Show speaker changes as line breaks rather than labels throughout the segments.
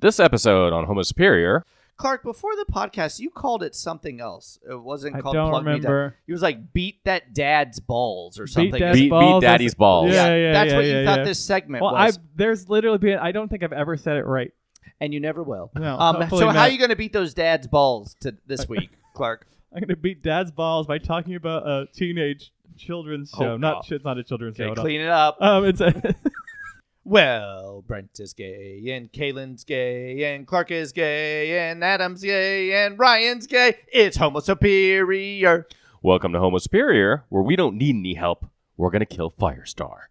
This episode on Homo Superior,
Clark, before the podcast, you called it something else. It wasn't
I
called
don't
Plug Me Down.
remember.
It was like beat that dad's balls or something.
Dad's Yes,
beat, beat
balls, that's-
Daddy's balls.
Yeah, yeah,
that's what
yeah,
you
yeah,
thought
yeah.
this segment
Well, I
was,
there's literally been I don't think I've ever said it right.
and you never will.
No,
um,
hopefully
so how
not.
are you going to beat those dad's balls to this week, Clark?
I'm gonna beat Dad's balls by talking about a teenage children's
Oh,
show. not
God.
it's not a children's
Okay,
show. at all.
clean it up.
Um, it's a,
Well, Brent is gay, and Kaylin's gay, and Clark is gay, and Adam's gay, and Ryan's gay. It's Homo Superior.
Welcome to Homo Superior, where we don't need any help. We're gonna kill Firestar.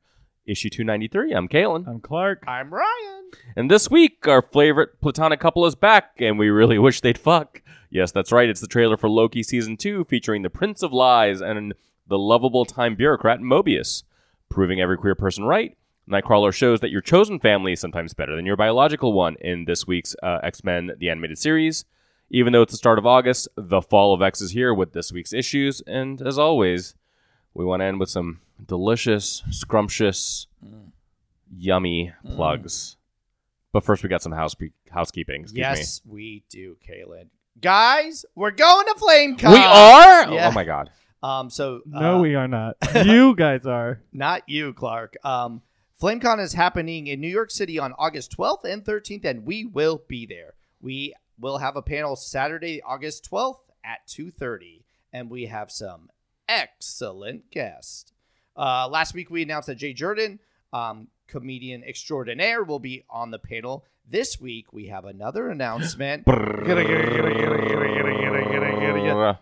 Issue 293. I'm Kalen.
I'm Clark.
I'm Ryan.
And this week, our favorite platonic couple is back, and we really wish they'd fuck. Yes, that's right. It's the trailer for Loki season two, featuring the Prince of Lies and the lovable time bureaucrat Mobius, proving every queer person right. Nightcrawler shows that your chosen family is sometimes better than your biological one in this week's uh, X Men: The Animated Series. Even though it's the start of August, the fall of X is here with this week's issues, and as always, we want to end with some delicious, scrumptious, yummy plugs. But first, we got some house housekeeping. Excuse
yes, we do, Kaylin. Guys, we're going to FlameCon.
me. we are.
Yeah.
Oh my god.
Um, so uh,
No, we are not. you guys are.
not you, Clark. Um, FlameCon is happening in New York City on August 12th and 13th, and we will be there. We will have a panel Saturday, August 12th at 2:30, and we have some excellent guests. Uh, last week we announced that Jay Jordan, um, comedian extraordinaire, will be on the panel. This week we have another announcement.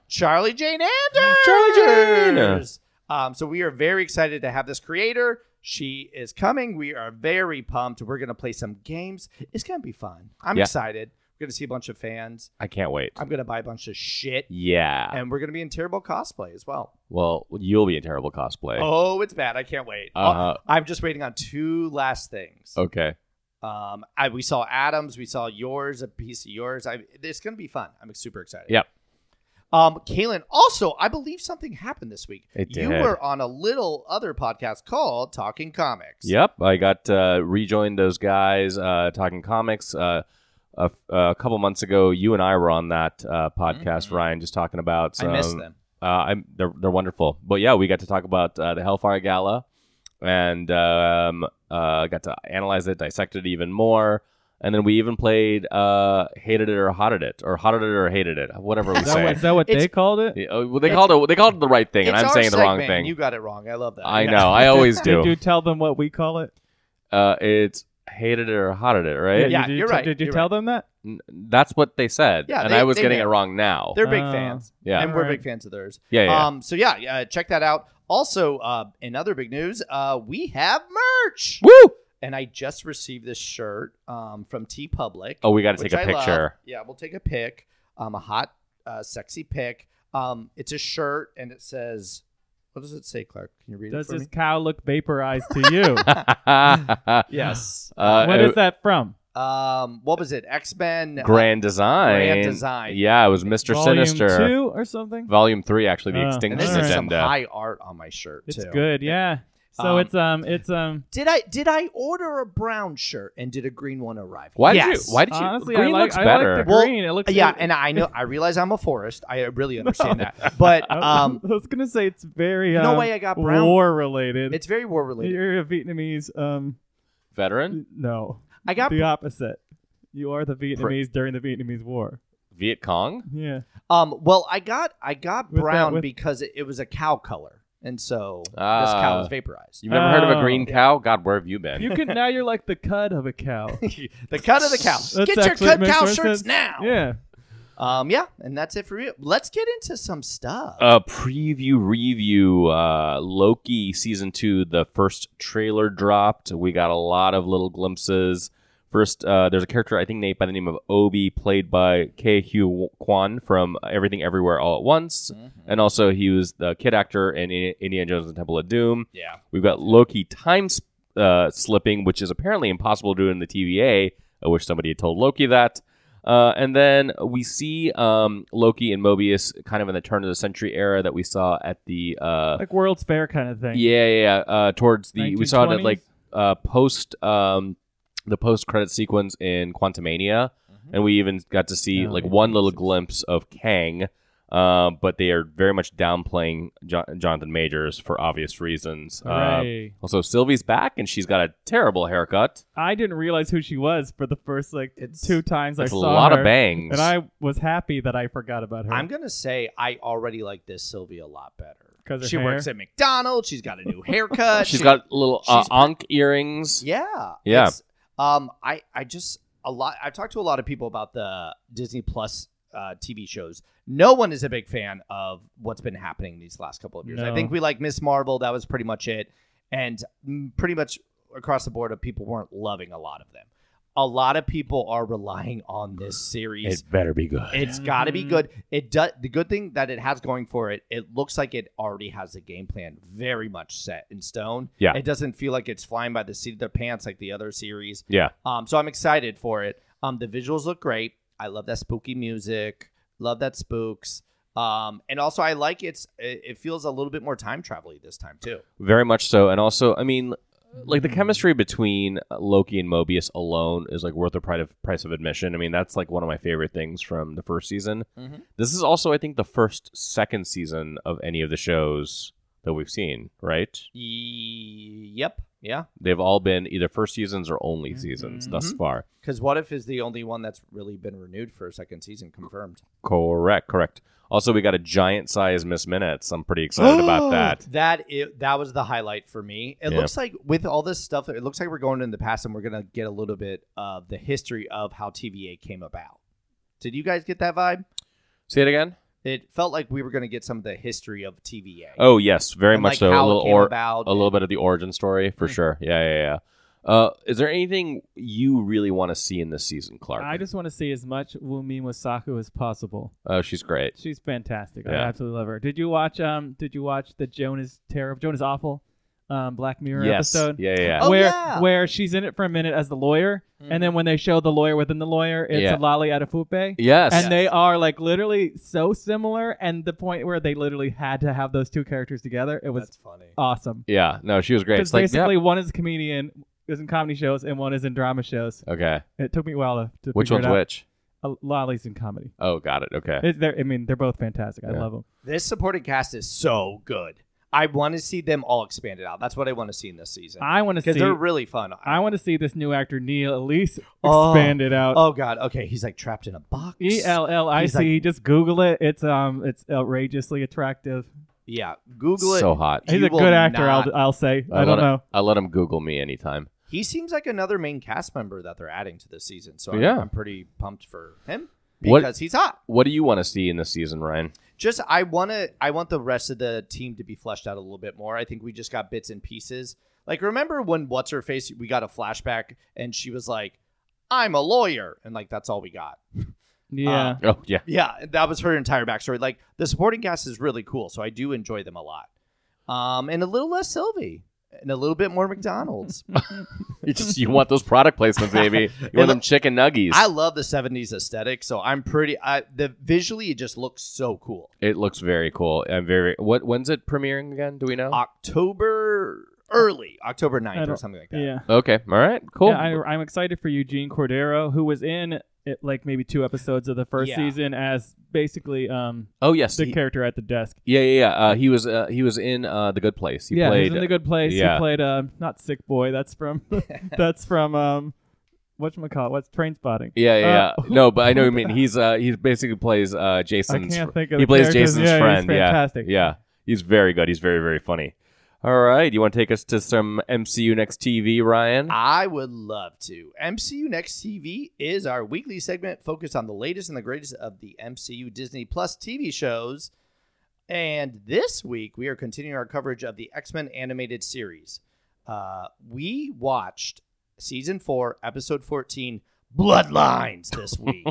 Charlie Jane Anders.
Charlie Jane!
Um, so we are very excited to have this creator. She is coming. We are very pumped. We're gonna play some games. It's gonna be fun. I'm
Yeah.
excited. We're gonna see a bunch of fans.
I can't wait.
I'm gonna buy a bunch of shit,
Yeah.
and we're gonna be in terrible cosplay as well.
Well, you'll be a terrible cosplay.
Oh, it's bad. I can't wait.
Uh-huh.
Uh, I'm just waiting on two last things.
Okay.
Um, I we saw Adams, we saw yours, a piece of yours. I it's gonna be fun. I'm super excited.
Yep.
Um, Kaylin, also, I believe something happened this week.
It
You
did.
were on a little other podcast called Talking Comics.
Yep. I got uh, rejoined those guys uh, talking comics. Uh, a, a couple months ago, you and I were on that uh, podcast,
Mhm.
Ryan, just talking about.
I miss
some-
them.
Uh, I'm, they're, they're wonderful. But yeah, we got to talk about uh, the Hellfire Gala and um, uh, got to analyze it, dissect it even more. And then we even played uh, Hated It or Hotted It or Hotted It or Hated It, whatever we
Is that,
say.
what, is that what
It's-
they called it?
Yeah, oh, well, they called it they called it the right thing, and
It's
I'm
our
saying the wrong
segment, and
thing.
You got it wrong. I love that.
I
Yeah.
know. I always
Did
do.
you tell them what we call it?
Uh, it's hated it or hotted it, right?
Yeah,
did you
you're
te-
right,
Did you
you're
tell them that?
N- That's what they said,
Yeah,
and
they-
I was
they
getting
knew.
it wrong now.
They're big
Oh.
fans.
Yeah.
And we're
Alright.
big fans of theirs.
yeah, yeah.
Um, so yeah, uh, check that out. Also, uh, in other big news, uh, we have merch.
Woo!
and I just received this shirt um, from T Public.
Oh, we got to take a
Um, I love.
picture.
Yeah, we'll take a pic. Um, a hot, uh, sexy pic. Um, it's a shirt, and it says, "What does it say, Clark? Can you read
Does
it for
this
me?"
cow look vaporized to you?
Yes.
Uh,
what
it-
is that from?
Um, what was it? X Men.
Grand Design.
Grand Design.
Yeah, it was Mr.
Volume
Sinister.
two or something?
Volume 3, actually, the
Oh,
And
Extinction
this
Alright.
is some
Agenda.
high art on my shirt
It's
too.
good, yeah. So
Um,
it's um, it's um.
Did I did I order a brown shirt and did a green one arrive?
Why did
yes.
you? Why did you?
Honestly,
green
I like
looks
I
better.
like the
Well,
green. It looks
Yeah,
it-
and I know I realize I'm a forest. I really understand that, but
I-
um,
I was gonna say it's very
no
um,
way I got brown.
war related.
It's very war related.
You're a Vietnamese. Um,
Veteran?
no,
I got
the opposite. You are the Vietnamese during the Vietnamese War.
Viet Cong?
Yeah,
um. Well, I got I got
With that-
brown
with-
because it, it was a cow color, and so this
Ah.
cow was vaporized.
You've never heard of a
Oh.
green cow? God, where have you been?
you can now. You're like the cud of a cow.
the cut of the cow.
That's
Get your
actually-
cut
makes
cow
more
shirts
sense.
now.
Yeah,
Um. Yeah, and that's it for you. Let's get into some stuff.
a preview review uh loki season two the first trailer dropped we got a lot of little glimpses first uh there's a character i think Nate by the name of obi played by k hugh kwan from everything everywhere all at once
Mhm.
and also he was the kid actor in I- indiana jones and the temple of doom
yeah.
we've got loki time s- uh, slipping which is apparently impossible to do in the tva i wish somebody had told loki that uh, and then we see um, Loki and Mobius kind of in the turn of the century era that we saw at the uh,
like World's Fair kind of thing.
yeah yeah, yeah uh, towards the we saw it at like
1920s.
uh, post um, the post-credit sequence in Quantumania,
Mhm.
and we even got to see
Oh,
like
yeah,
one little
26.
glimpse of Kang. Uh, but they are very much downplaying jo- Jonathan Majors for obvious reasons. Uh,
Hooray.
also, Sylvie's back, and she's got a terrible haircut.
I didn't realize who she was for the first like
It's-
two times I
It's a
saw
lot
her,
of bangs.
and I was happy that I forgot about her.
Mm-hmm. I'm gonna say I already like this Sylvia a lot better
'Cause her
she
hair?
works at McDonald's. She's got a new haircut.
she's
she-
got little uh,
she's-
onk earrings.
yeah,
Yeah.
It's- Um, I I just a lot. I've talked to a lot of people about the Disney Plus uh, TV shows. No one is a big fan of what's been happening these last couple of years. I
No.
think we like Miss Marvel. That was pretty much it, and mm, pretty much across the board of people weren't loving a lot of them. A lot of people are relying on this series
better be good.
It's got to be
Mhm.
good. It does. The good thing that it has going for it, it looks like it already has a game plan very much set in stone.
Yeah.
it doesn't feel like it's flying by the seat of their pants like the other series.
yeah,
Um, so I'm excited for it. Um, the visuals look great. I love that spooky music. Love that spooks. Um, and also I like it's. It, it feels a little bit more time travel this time too.
very much so. And also, I mean, like the
Mm.
chemistry between Loki and Mobius alone is like worth the price of price of admission. I mean, that's like one of my favorite things from the first season.
Mhm.
This is also, I think, the first second season of any of the shows that we've seen. Right?
E- yep. Yeah.
They've all been either first seasons or only seasons thus
Mhm.
far.
Because what if is the only one that's really been renewed for a second season confirmed.
Correct. Correct. Also, we got a giant size Miss Minutes. I'm pretty excited about that.
That i that was the highlight for me. It
Yeah.
looks like with all this stuff, it looks like we're going in the past and we're gonna get a little bit of the history of how TVA came about. Did you guys get that vibe?
Say it again.
It felt like we were gonna get some of the history of TVA.
Oh yes, very
And,
much
like,
so.
How
a little
it came
or
about.
a little bit of the origin story for
Mm.
sure. Yeah, yeah, yeah. Uh, is there anything you really want to see in this season, Clark?
I just want to see as much Wumi Wasaku as possible.
oh, she's great.
She's fantastic. I
Yeah.
absolutely love her. Did you watch um did you watch the Jonas Terror Jonas Awful um Black Mirror
yes.
episode?
Yeah, yeah. yeah.
Oh,
where
yeah. Mm-hmm.
where she's in it for a minute as the lawyer, Mm-hmm. and then when they show the lawyer within the lawyer, it's
Yeah.
a Lolly Adafupe.
yes.
And they are like literally so similar, and the point where they literally had to have those two characters together, it was
That's funny.
awesome.
yeah. No, she was great.
Because
It's like,
basically, one is a comedian, is in comedy shows, and one is in drama shows.
yeah. Okay.
It took me a while to, to
Which
figure
one's
it out.
which?
Uh, Lolly's in comedy.
Oh, got it. Okay.
It, they're- I mean, they're both fantastic. I
Yeah.
love them.
This supporting cast is so good. I want to see them all expanded out. That's what I want to see in this season
I want to
because
see.
they're really fun.
I want to see this new actor Neil Elise
Oh.
expanded out.
oh God. Okay, he's like trapped in a box.
E L L I
He's like-
C. Just Google it. It's um, it's outrageously attractive.
Yeah. Google it.
So hot.
He's
You
a
will
good actor.
not-
I'll I'll say. I,
let
don't
him-
know.
I let him Google me anytime.
He seems like another main cast member that they're adding to this season, so I'm,
Yeah.
I'm pretty pumped for him
What-
because he's hot.
What do you want to see in this season, Ryan?
Just I want to I want the rest of the team to be fleshed out a little bit more. I think we just got bits and pieces. Like remember when what's her face we got a flashback and she was like, "I'm a lawyer," and like that's all we got.
Yeah.
Uh,
Oh, yeah.
Yeah, that was her entire backstory. Like the supporting cast is really cool, so I do enjoy them a lot. Um, and a little less Sylvie and a little bit more McDonald's.
You just you want those product placements, baby. You
And
want them chicken nuggies.
I love the 70s aesthetic, so I'm pretty I the visually it just looks so cool.
it looks very cool. I'm very. What? When's it premiering again? Do we know?
Uh, October early, October
Oh. I
9th or
don't-
something like that.
yeah.
okay. All right. Cool.
Yeah, I, I'm excited for Eugene Cordero, who was in it, like maybe two episodes of the first
Yeah.
season as basically um
oh yes.
the
he-
character at the desk.
Yeah, yeah, yeah. Uh, he was uh, he was in uh, the Good Place. He
yeah,
played.
he's in the good place.
yeah.
He played um not sick boy. That's from that's from um what call What's train spotting?
yeah, yeah,
Uh,
yeah. no, but I know. what you mean, he's uh, he basically plays uh,
I
Jason's.
can't
fr-
think of.
he
the
plays
characters.
Jason's
yeah,
friend.
He's
yeah,
fantastic.
yeah. He's very good. He's very very funny. All right, you want to take us to some MCU next TV, Ryan?
I would love to. MCU Next TV is our weekly segment focused on the latest and the greatest of the MCU Disney Plus TV shows. And this week, we are continuing our coverage of the X Men animated series. Uh, we watched season four, episode 14, Bloodlines this week.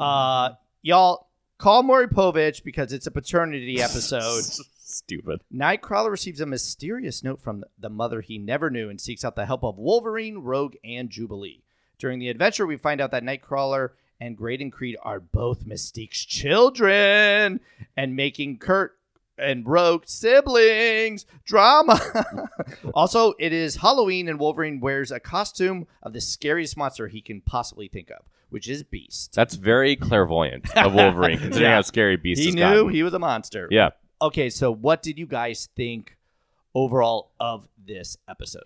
uh, y'all, call Maury Povich because it's a paternity episode.
Stupid.
Nightcrawler receives a mysterious note from the mother he never knew and seeks out the help of Wolverine, Rogue, and Jubilee. During the adventure, we find out that Nightcrawler and Graydon Creed are both Mystique's children, and making Kurt and Rogue siblings drama. also, it is Halloween, and Wolverine wears a costume of the scariest monster he can possibly think of, which is Beast.
That's very clairvoyant of Wolverine, considering
Yeah.
how scary Beast
he
has
knew
gotten.
he was a monster.
yeah.
Okay, so what did you guys think overall of this episode?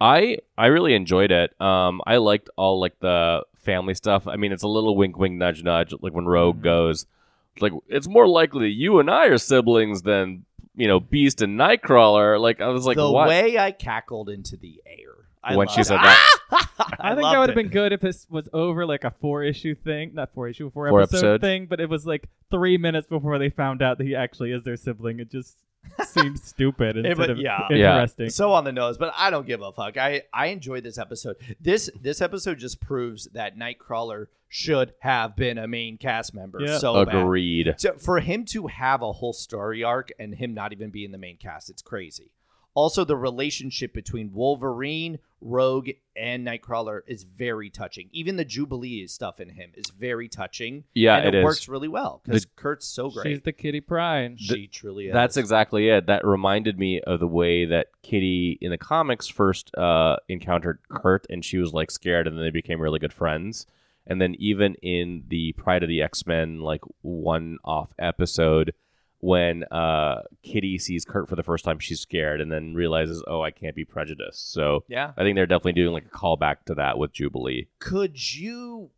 I I really enjoyed it. Um, I liked all like the family stuff. I mean, it's a little wink, wink, nudge, nudge. Like when
Mm-hmm.
Rogue goes, it's like it's more likely you and I are siblings than you know Beast and Nightcrawler. Like I was like,
the
what?
way I cackled into the air I
when she
loved
said
it.
that,
I, think that would have been good if this was over like a four issue thing, not four issue, four,
Four
episode
episode.
thing, but it was like three minutes before they found out that he actually is their sibling. It just seemed stupid instead
but-
of
yeah.
Yeah.
interesting.
so on the nose, but I don't give a fuck. I I enjoyed this episode. This this episode just proves that Nightcrawler should have been a main cast member.
Yeah.
So bad.
agreed.
So for him to have a whole story arc and him not even be in the main cast, it's crazy. Also, the relationship between Wolverine, Rogue, and Nightcrawler is very touching. Even the Jubilee stuff in him is very touching.
Yeah,
and
it is.
works really well because Kurt's so
She's
great.
the Kitty Pryde.
she truly is.
That's exactly it. That reminded me of the way that Kitty in the comics first uh, encountered Kurt, and she was like scared, and then they became really good friends. And then even in the Pride of the X Men like one off episode, when uh, Kitty sees Kurt for the first time, she's scared, and then realizes, oh, I can't be prejudiced. So
yeah.
I think they're definitely doing like a callback to that with Jubilee.
could you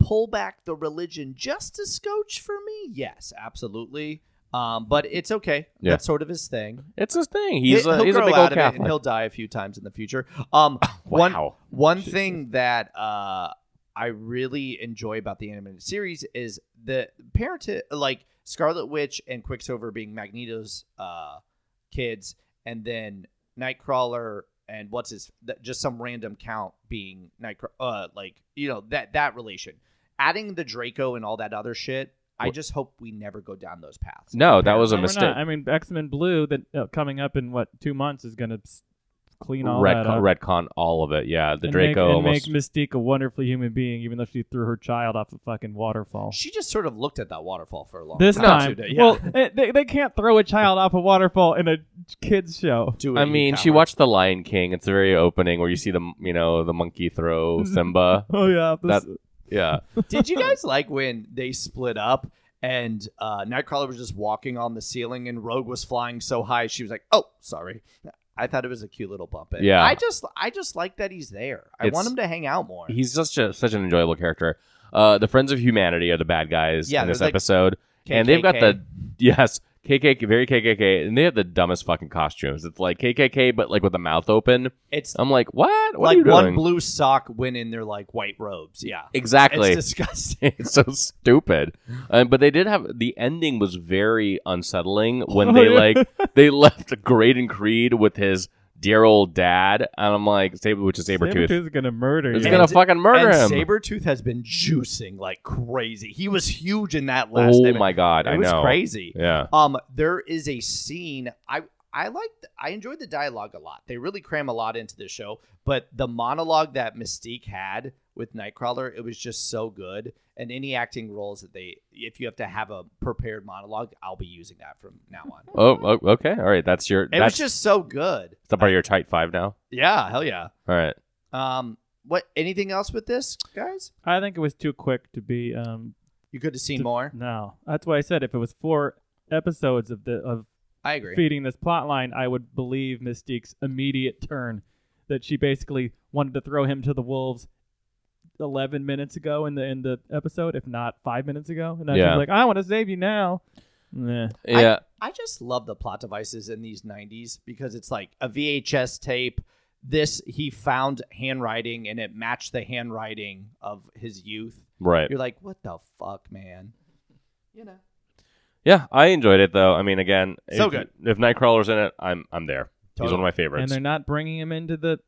pull back the religion just a scotch for me? Yes, absolutely. Um, but it's okay.
Yeah.
That's sort of his thing.
It's his thing. He's
He-
a,
he'll
he's a
grow
big
out
old
of it and
Catholic.
he'll die a few times in the future. Um, one
Wow.
one
Jesus.
thing that uh, I really enjoy about the animated series is the parent like Scarlet Witch and Quicksilver being Magneto's uh, kids, and then Nightcrawler and what's his th- just some random count being Nightcrawler, uh, like you know that that relation. Adding the Draco and all that other shit, I
Wha-
just hope we never go down those paths.
No, that was a
No, we're
mistake.
not. I mean, X Men Blue that uh, coming up in what two months is going to clean all
Red
that up.
redcon all of it. Yeah, the
and
Draco
make, and
almost.
make Mystique a wonderful human being, even though she threw her child off a fucking waterfall.
She just sort of looked at that waterfall for a long
This
time.
time,
Today, yeah.
well, eh, they, they can't throw a child off a waterfall in a kids show.
Do it,
I
you
mean, she
coward.
watched The Lion King. It's the very opening where you see the you know the monkey throw
Mm-hmm.
Simba.
Oh yeah, this,
Yeah,
Did you guys like when they split up and uh, Nightcrawler was just walking on the ceiling and Rogue was flying so high she was like, "Oh, sorry." I thought it was a cute little bump. in.
Yeah.
I just I just like that he's there. I
It's-
want him to hang out more.
he's just a, such an enjoyable character. Uh, the Friends of Humanity are the bad guys
Yeah,
in this
they're like
episode, and they've got the yes KKK very KKK, and they have the dumbest fucking costumes. It's like KKK, but like with the mouth open.
it's
I'm like, what? um, What are
like
you
one
doing?
blue sock went in their like white robes. Yeah,
exactly.
it's disgusting.
it's so stupid. Um, but they did have the ending was very unsettling when they
Oh, yeah.
like they left Graydon Creed with his dear old dad, and I'm like, Saber, which is Sabretooth,
Sabretooth is gonna murder
is
you.
gonna fucking murder
and
him.
Sabretooth has been juicing like crazy. He was huge in that last.
Oh
image.
my god,
It
I
was
know.
crazy.
Yeah,
Um, there is a scene I I liked I enjoyed the dialogue a lot. They really cram a lot into this show, but the monologue that Mystique had with Nightcrawler, it was just so good. And any acting roles that they if you have to have a prepared monologue, I'll be using that from now on.
Oh, oh, okay. All right. That's your.
It
that's
was just so good.
the part of your tight five now.
Yeah, hell yeah.
All right.
Um what anything else with this, guys?
I think it was too quick to be. Um,
You could have seen more.
no, that's why I said if it was four episodes of the of
I agree.
feeding this plot line, I would believe Mystique's immediate turn that she basically wanted to throw him to the wolves. Eleven minutes ago in the in the episode, if not five minutes ago, and then
Yeah.
she's like, "I want to save you now." Nah.
Yeah.
I just love the plot devices in these 90s because it's like a VHS tape. This he found handwriting and it matched the handwriting of his youth.
right.
You're like, what the fuck, man? You know.
Yeah. I enjoyed it though. I mean, again,
So
if,
good.
If Nightcrawler's in it, I'm I'm there. He's
Totally.
one of my
and
favorites.
they're not bringing him into the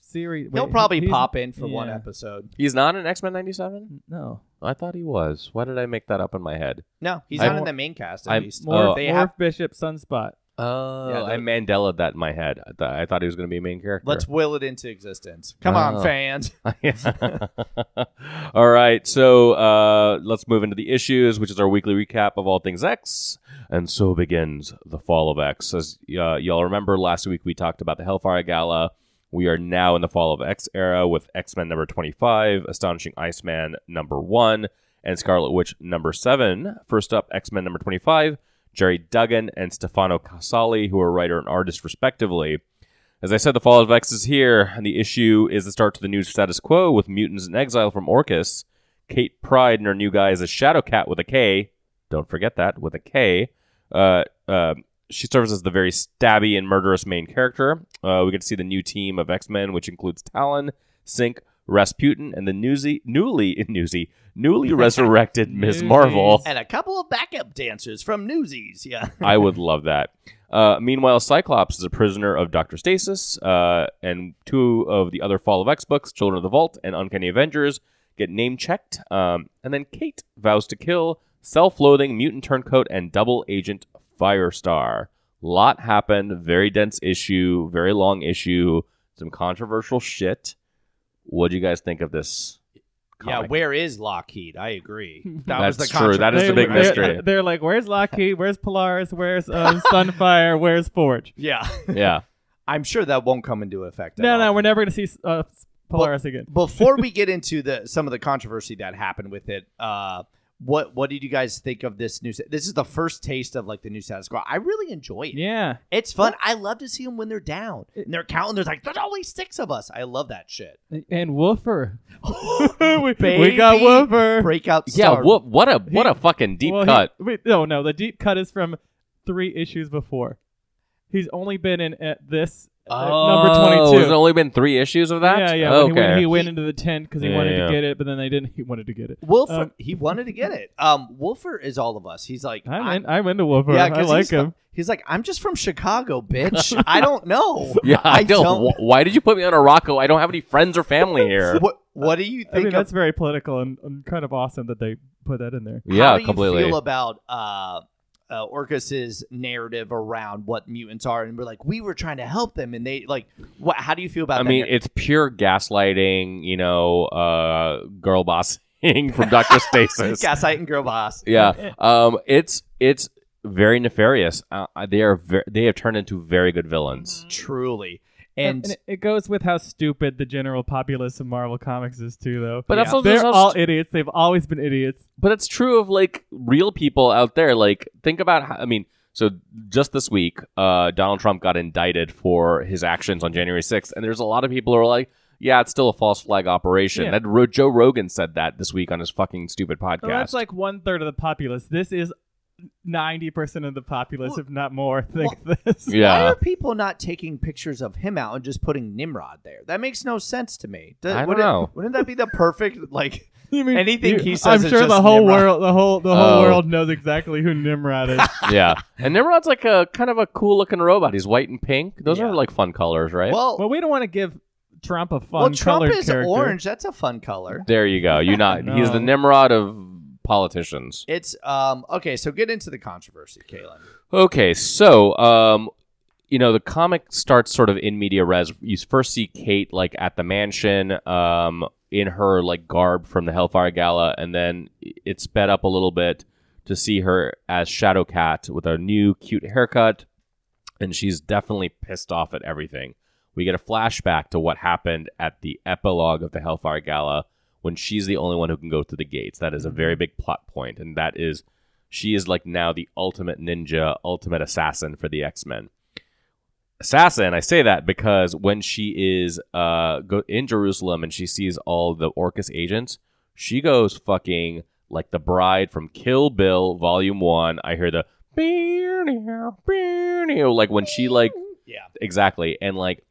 series.
He'll
Wait,
probably
he's-
pop in for one
yeah.
episode.
He's not in X Men '97.
No,
I thought he was. Why did I make that up in my head?
No, he's
I-
not in the main cast at
I'm
least.
more-
Morph,
Oh.
they
Morph
have
Bishop Sunspot.
Oh,
Yeah, the-
I Mandela that in my head. I, thought I thought he was going to be a main character.
Let's will it into existence. Come
Oh.
on, fans.
all right, so uh, let's move into the issues, which is our weekly recap of all things X, and so begins the fall of X. As uh, y'all remember, last week we talked about the Hellfire Gala. We are now in the fall of X era with X Men number twenty-five, Astonishing Iceman number one, and Scarlet Witch number seven. First up, X Men number twenty-five, Jerry Duggan and Stefano Casali, who are writer and artist respectively. As I said, the fall of X is here, and the issue is the start to the new status quo with mutants in exile from Orcus. Kate Pride and her new guy is a Shadow Cat with a K. Don't forget that with a K. Uh, uh, she serves as the very stabby and murderous main character. Uh, we get to see the new team of X Men, which includes Talon, Sync, Rasputin, and the newsy, newly newsy, newly resurrected Ms. Marvel.
and a couple of backup dancers from Newsies. Yeah.
I would love that. Uh, meanwhile, Cyclops is a prisoner of Dr. Stasis, uh, and two of the other Fall of X books, Children of the Vault and Uncanny Avengers, get name checked. Um, and then Kate vows to kill self loathing mutant turncoat and double agent Firestar. Lot happened. Very dense issue, very long issue, some controversial shit. What do you guys think of this?
Yeah,
comic?
where is Lockheed? I agree. That was
That's
the
true. That is
They-
the big
they're-
mystery.
They're, like, where's Lockheed? Where's Polaris? Where's um, Sunfire? Where's Forge?
Yeah.
yeah.
I'm sure that won't come into effect. at
No, no,
all.
we're never going to see uh, Polaris again.
Before we get into the some of the controversy that happened with it, uh, what what did you guys think of this new? sta- This is the first taste of like the new status quo. I really enjoy it.
Yeah.
It's fun. I love to see them when they're down and they're counting. There's like there's only six of us. I love that shit.
And Woofer. we, we got
Baby.
Woofer.
Breakout.
Yeah,
star.
what, what a what a fucking deep
Well, he-
cut.
wait, no, no, the deep cut is from three issues before. He's only been in at this uh, number
Oh,
twenty-two.
Has it only been three issues of that?
Yeah, yeah.
Okay.
When he, when he went into the tent because he
Yeah,
wanted
yeah.
to get it, but then they didn't. He wanted to get it.
Wolfer.
Um,
he wanted to get it. Um, Wolfer is all of us. He's like,
I'm,
I-
in, I'm into Woofer.
yeah,
I
'cause
like
he's fr-
him.
He's like, I'm just from Chicago, bitch. I don't know.
yeah, I, don't.
don't-
wh- Why did you put me on a Rocco? I don't have any friends or family here.
What What do you think?
I mean,
of-
that's very political and, and kind of awesome that they put that in there.
How
yeah,
do you
completely.
feel about uh, uh, Orcus's narrative around what mutants are? And we're like, we were trying to help them, and they like, what? How do you feel about?
I
that
mean,
narrative?
it's pure gaslighting. You know, uh, girl bossing from Doctor Stasis.
gaslight and girl boss.
Yeah. Um, it's it's very nefarious. Uh, they are ver- they have turned into very good villains.
Truly, and,
it, it goes with how stupid the general populace of Marvel Comics is too, though.
But
Yeah.
also, there's
They're all
also-
idiots. They've always been idiots.
but it's true of like real people out there. Like, think about how, I mean, so just this week, uh, Donald Trump got indicted for his actions on January 6th, and there's a lot of people who are like, yeah, it's still a false flag operation.
Yeah.
That Ro- Joe Rogan said that this week on his fucking stupid podcast.
Well, that's like one third of the populace. This is ninety percent of the populace,
Well-
if not more, think this.
why
yeah.
are people not taking pictures of him out and just putting Nimrod there? That makes no sense to me. Does-
I don't
wouldn't,
know.
wouldn't that be the perfect like?
You mean,
Anything
you-
he says
I'm
is
sure
just
the whole
Nimrod.
world, the whole the whole
Oh.
world knows exactly who Nimrod is.
yeah. And Nimrod's like a kind of a cool looking robot. He's white and pink. Those
Yeah.
are like fun colors, right?
Well,
well, we don't want to give Trump a fun
well, Trump
colored
is
character.
orange. That's a fun color.
there you go. You not. He's the
No.
Nimrod of politicians.
It's um okay. So get into the controversy, Kalen.
Okay, so um, you know the comic starts sort of in media res. You first see Kate like at the mansion, um, in her like garb from the Hellfire Gala, and then it's sped up a little bit to see her as Shadow Cat with a new cute haircut, and she's definitely pissed off at everything. We get a flashback to what happened at the epilogue of the Hellfire Gala when she's the only one who can go through the gates. That is a very big plot point, and that is she is like now the ultimate ninja, ultimate assassin for the X Men. Assassin, I say that because when she is uh, go- in Jerusalem and she sees all the Orcus agents, she goes fucking like the bride from Kill Bill Volume One. I hear the "Beow, beow," like when she like
Yeah.
exactly and like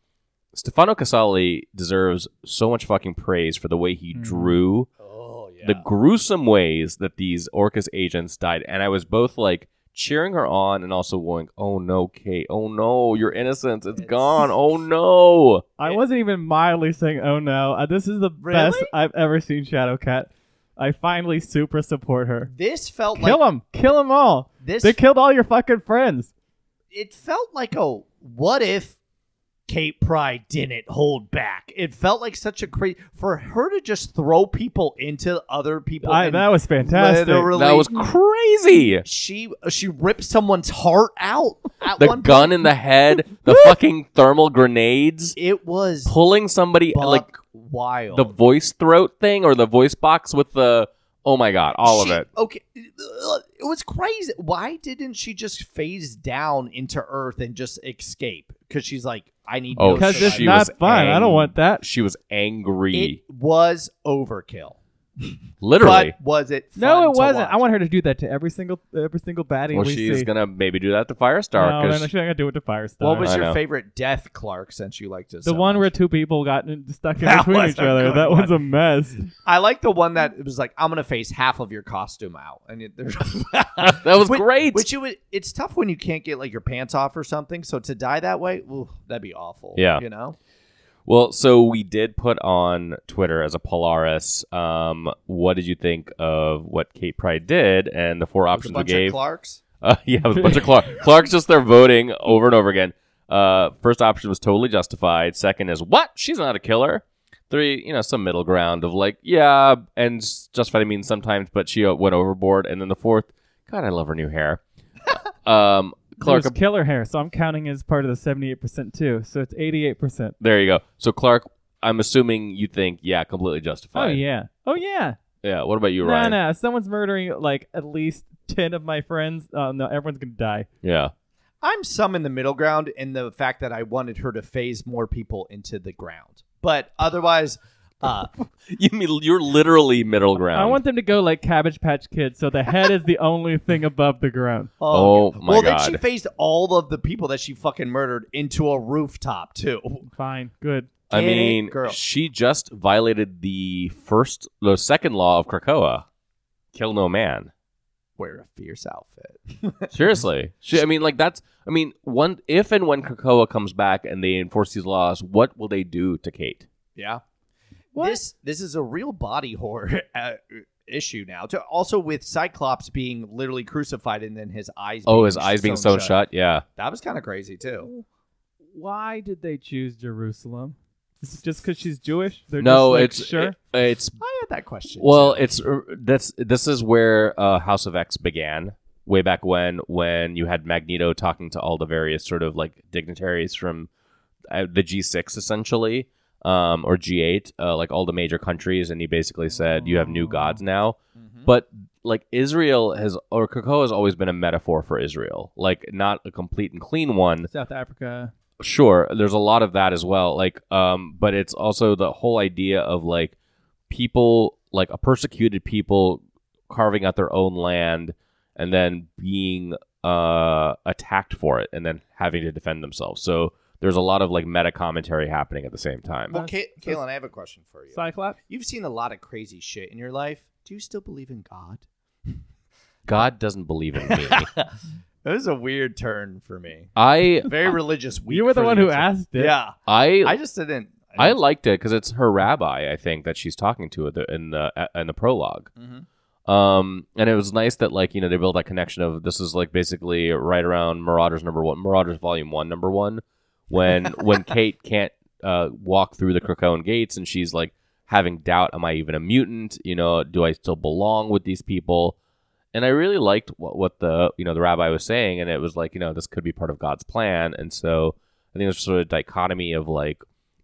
Stefano Casali deserves so much fucking praise for the way he
Mhm.
drew
Oh yeah.
the gruesome ways that these Orcus agents died. And I was both like cheering her on and also going, oh no, Kate, oh no, your innocence, it's
It's-
gone, oh no.
I wasn't even mildly saying, "Oh no, uh, this is the best
Really?
I've ever seen." Shadow Cat. I finally super support her.
this felt like
Kill him! Kill them all!
this
They killed all your fucking friends.
it felt like a what if Kate Pry didn't hold back. It felt like such a crazy for her to just throw people into other people.
I,
and
that was fantastic.
literally-
That was crazy.
she she ripped someone's heart out at
The
one
gun in the head, the fucking thermal grenades,
It was
pulling somebody uh,
buck
like
wild.
the voice throat thing or the voice box with the oh my god, all
She-
of it.
Okay, it was crazy. Why didn't she just phase down into Earth and just escape? Because she's like, I need.
Oh,
no
because it's
She
survivor.
not
was
fun. I don't
ang-
want that.
She was
It
angry,
was overkill.
literally.
But was it? fun
No, it
to
wasn't.
watch?
I want her to do that to every single every single baddie
Well,
we
she's
see.
gonna maybe do that to Firestar
no, no,
because
she's not gonna do it to Firestar.
What was
Uh, I
your
know.
favorite death, Clark? Since you liked it,
the
so
one
much?
where two people got in- stuck in
That
between
was
each
a
other?
good
That
one.
one's a mess.
I like the one that it was like, I'm gonna phase half of your costume out, and it,
that was
Which-
great.
which it was, it's tough when you can't get like your pants off or something. So to die that way, ooh, that'd be awful.
Yeah.
you know.
Well, so we did put on Twitter as a Polaris. Um, what did you think of what Kate Pride did and the four
There's a
options we
bunch
gave?
of Clarks.
Uh, yeah, it was a bunch of Clark. Clark's just there voting over and over again. Uh, first option was totally justified. Second is what? She's not a killer. Three, you know, some middle ground of like, yeah, and s- justified I mean sometimes, but she uh, went overboard. And then the fourth, God, I love her new hair. um, Clark,
Clark killer hair, so I'm counting as part of the 78 percent too. So it's 88 percent.
there you go. So Clark, I'm assuming you think, yeah, completely
Oh
justified.
yeah. Oh yeah.
Yeah, What about you,
Nah,
Ryan?
nah. Someone's murdering like at least 10 of my friends. Oh no, everyone's gonna die.
Yeah.
I'm some in the middle ground in the fact that I wanted her to phase more people into the ground, but otherwise, uh,
You mean you're literally middle ground?
I want them to go like Cabbage Patch Kids, so the head is the only thing above the ground.
Oh, my
well,
god!
then she phased all of the people that she fucking murdered into a rooftop too.
Fine, good.
I
Get it,
mean,
girl.
she just violated the first, the second law of Krakoa: kill no man.
Wear a fierce outfit.
Seriously, she, I mean, like that's. I mean, one if and when Krakoa comes back and they enforce these laws, what will they do to Kate?
Yeah.
What?
This this is a real body horror uh, issue now. To, also with Cyclops being literally crucified and then his eyes.
Oh,
being
his eyes being sewn shut. Yeah,
That was kind of crazy too.
Why did they choose Jerusalem? Is it Just because she's Jewish? They're
no,
just, like,
it's
sure.
it- it's
I had that question.
Well,
too.
it's er, that's this is where uh, House of X began way back when when you had Magneto talking to all the various sort of like dignitaries from uh, the G6 essentially um, or G8 uh, like all the major countries and he basically said you have new gods now
Mhm.
but like Israel has or Krakoa has always been a metaphor for Israel like not a complete and clean one
South Africa.
sure there's a lot of that as well like um but it's also the whole idea of like people like a persecuted people carving out their own land and then being uh attacked for it and then having to defend themselves so there's a lot of like meta commentary happening at the same time
well, Ka- Kaylin, I have a question for you.
Cyclops.
You've seen a lot of crazy shit in your life. Do you still believe in God?
god doesn't believe in me
that was a weird turn for me.
i
Very religious. Week
You were the
for
one who
answer.
asked it.
Yeah,
i
I just didn't.
i liked it because it's her rabbi i think that she's talking to at the- in the in the prologue
Mhm.
Um, and it was nice that like you know they built that connection of this is like basically right around Marauders number one, Marauders volume one, number one, when when Kate can't uh, walk through the Krakoan gates and she's like having doubt, am I even a mutant? You know, do I still belong with these people? And I really liked what, what the you know the rabbi was saying, and it was like you know this could be part of God's plan, and so I think there's sort of a dichotomy of like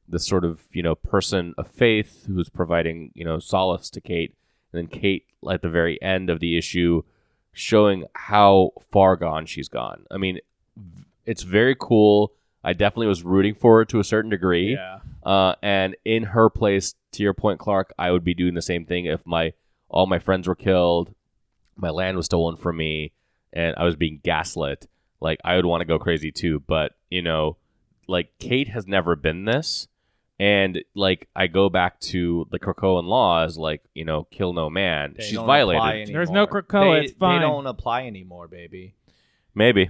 this sort of you know person of faith who's providing you know solace to Kate and then Kate at the very end of the issue showing how far gone she's gone. I mean, it's very cool. I definitely was rooting for her to a certain degree.
Yeah.
Uh, and in her place, to your point, Clark, I would be doing the same thing if my all my friends were killed, my land was stolen from me, and I was being gaslit. Like I would want to go crazy too, but you know, like Kate has never been this, and like I go back to the Krakoan laws, like you know, kill no man.
They
She's
don't
violated.
apply anymore.
There's no Krakoa,
They,
it's fine.
They don't apply anymore, baby.
Maybe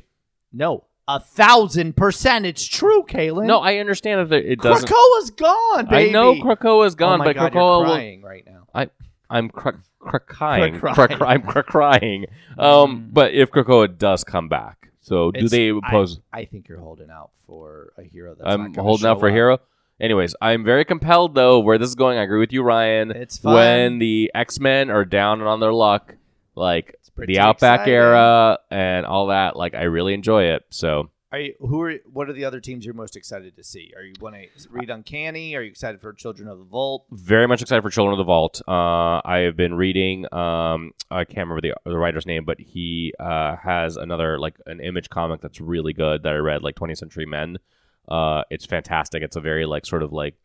No, a thousand percent. It's true, Kaylin.
no. I understand that it doesn't.
Krakoa's gone, baby.
I know Krakoa's
oh
gone,
my
but
God,
Krakoa
you're
will
crying right now.
I'm cr- crying.
Crying.
I'm cr- crying. Um,
Mm.
but if Krakoa does come back, So do
It's-
they
I-
oppose?
I think you're holding out for a hero that's
I'm
not gonna
holding out
show
for
up.
Hero. Anyways, I'm very compelled though where this is going. I agree with you, Ryan.
It's fun.
when the X Men are down and on their luck, like
It's pretty
the Outback
exciting.
era and all that, like I really enjoy it. So
Are you, who are what are the other teams you're most excited to see? Are you want to read Uncanny? Are you excited for Children of the Vault?
very much excited for Children of the Vault. Uh, I have been reading. Um, I can't remember the, the writer's name, but he uh, has another like an image comic that's really good that I read, like 20th Century Men. Uh, it's fantastic. It's a very like sort of like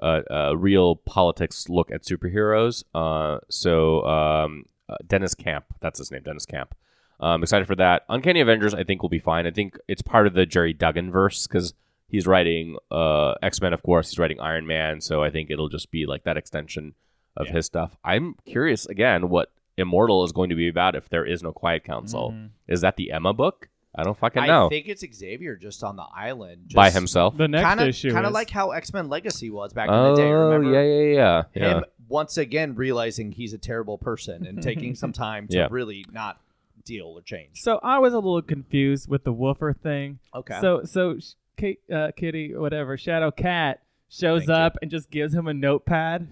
uh, uh, real politics look at superheroes. Uh, so um, uh, Dennis Camp, that's his name, Dennis Camp. Um, excited for that. Uncanny Avengers, I think will be fine. I think it's part of the Jerry Duggan verse because he's writing uh, X Men, of course. He's writing Iron Man, so I think it'll just be like that extension of
Yeah.
his stuff. I'm curious again what Immortal is going to be about if there is no Quiet Council.
Mhm.
Is that the Emma book? I don't fucking
Mm-hmm. I
know.
think it's Xavier just on the island just
By himself.
The next
Kind of,
issue
kind of
is-
like how X Men Legacy was back
oh
in the day. Remember
yeah, yeah, yeah, yeah.
him once again realizing he's a terrible person and taking some time to
Yeah.
really not deal or change.
So I was a little confused with the woofer thing.
Okay.
So so sh- Kate, uh, Kitty, whatever, Shadow Cat shows
Thank you.
up and just gives him a notepad.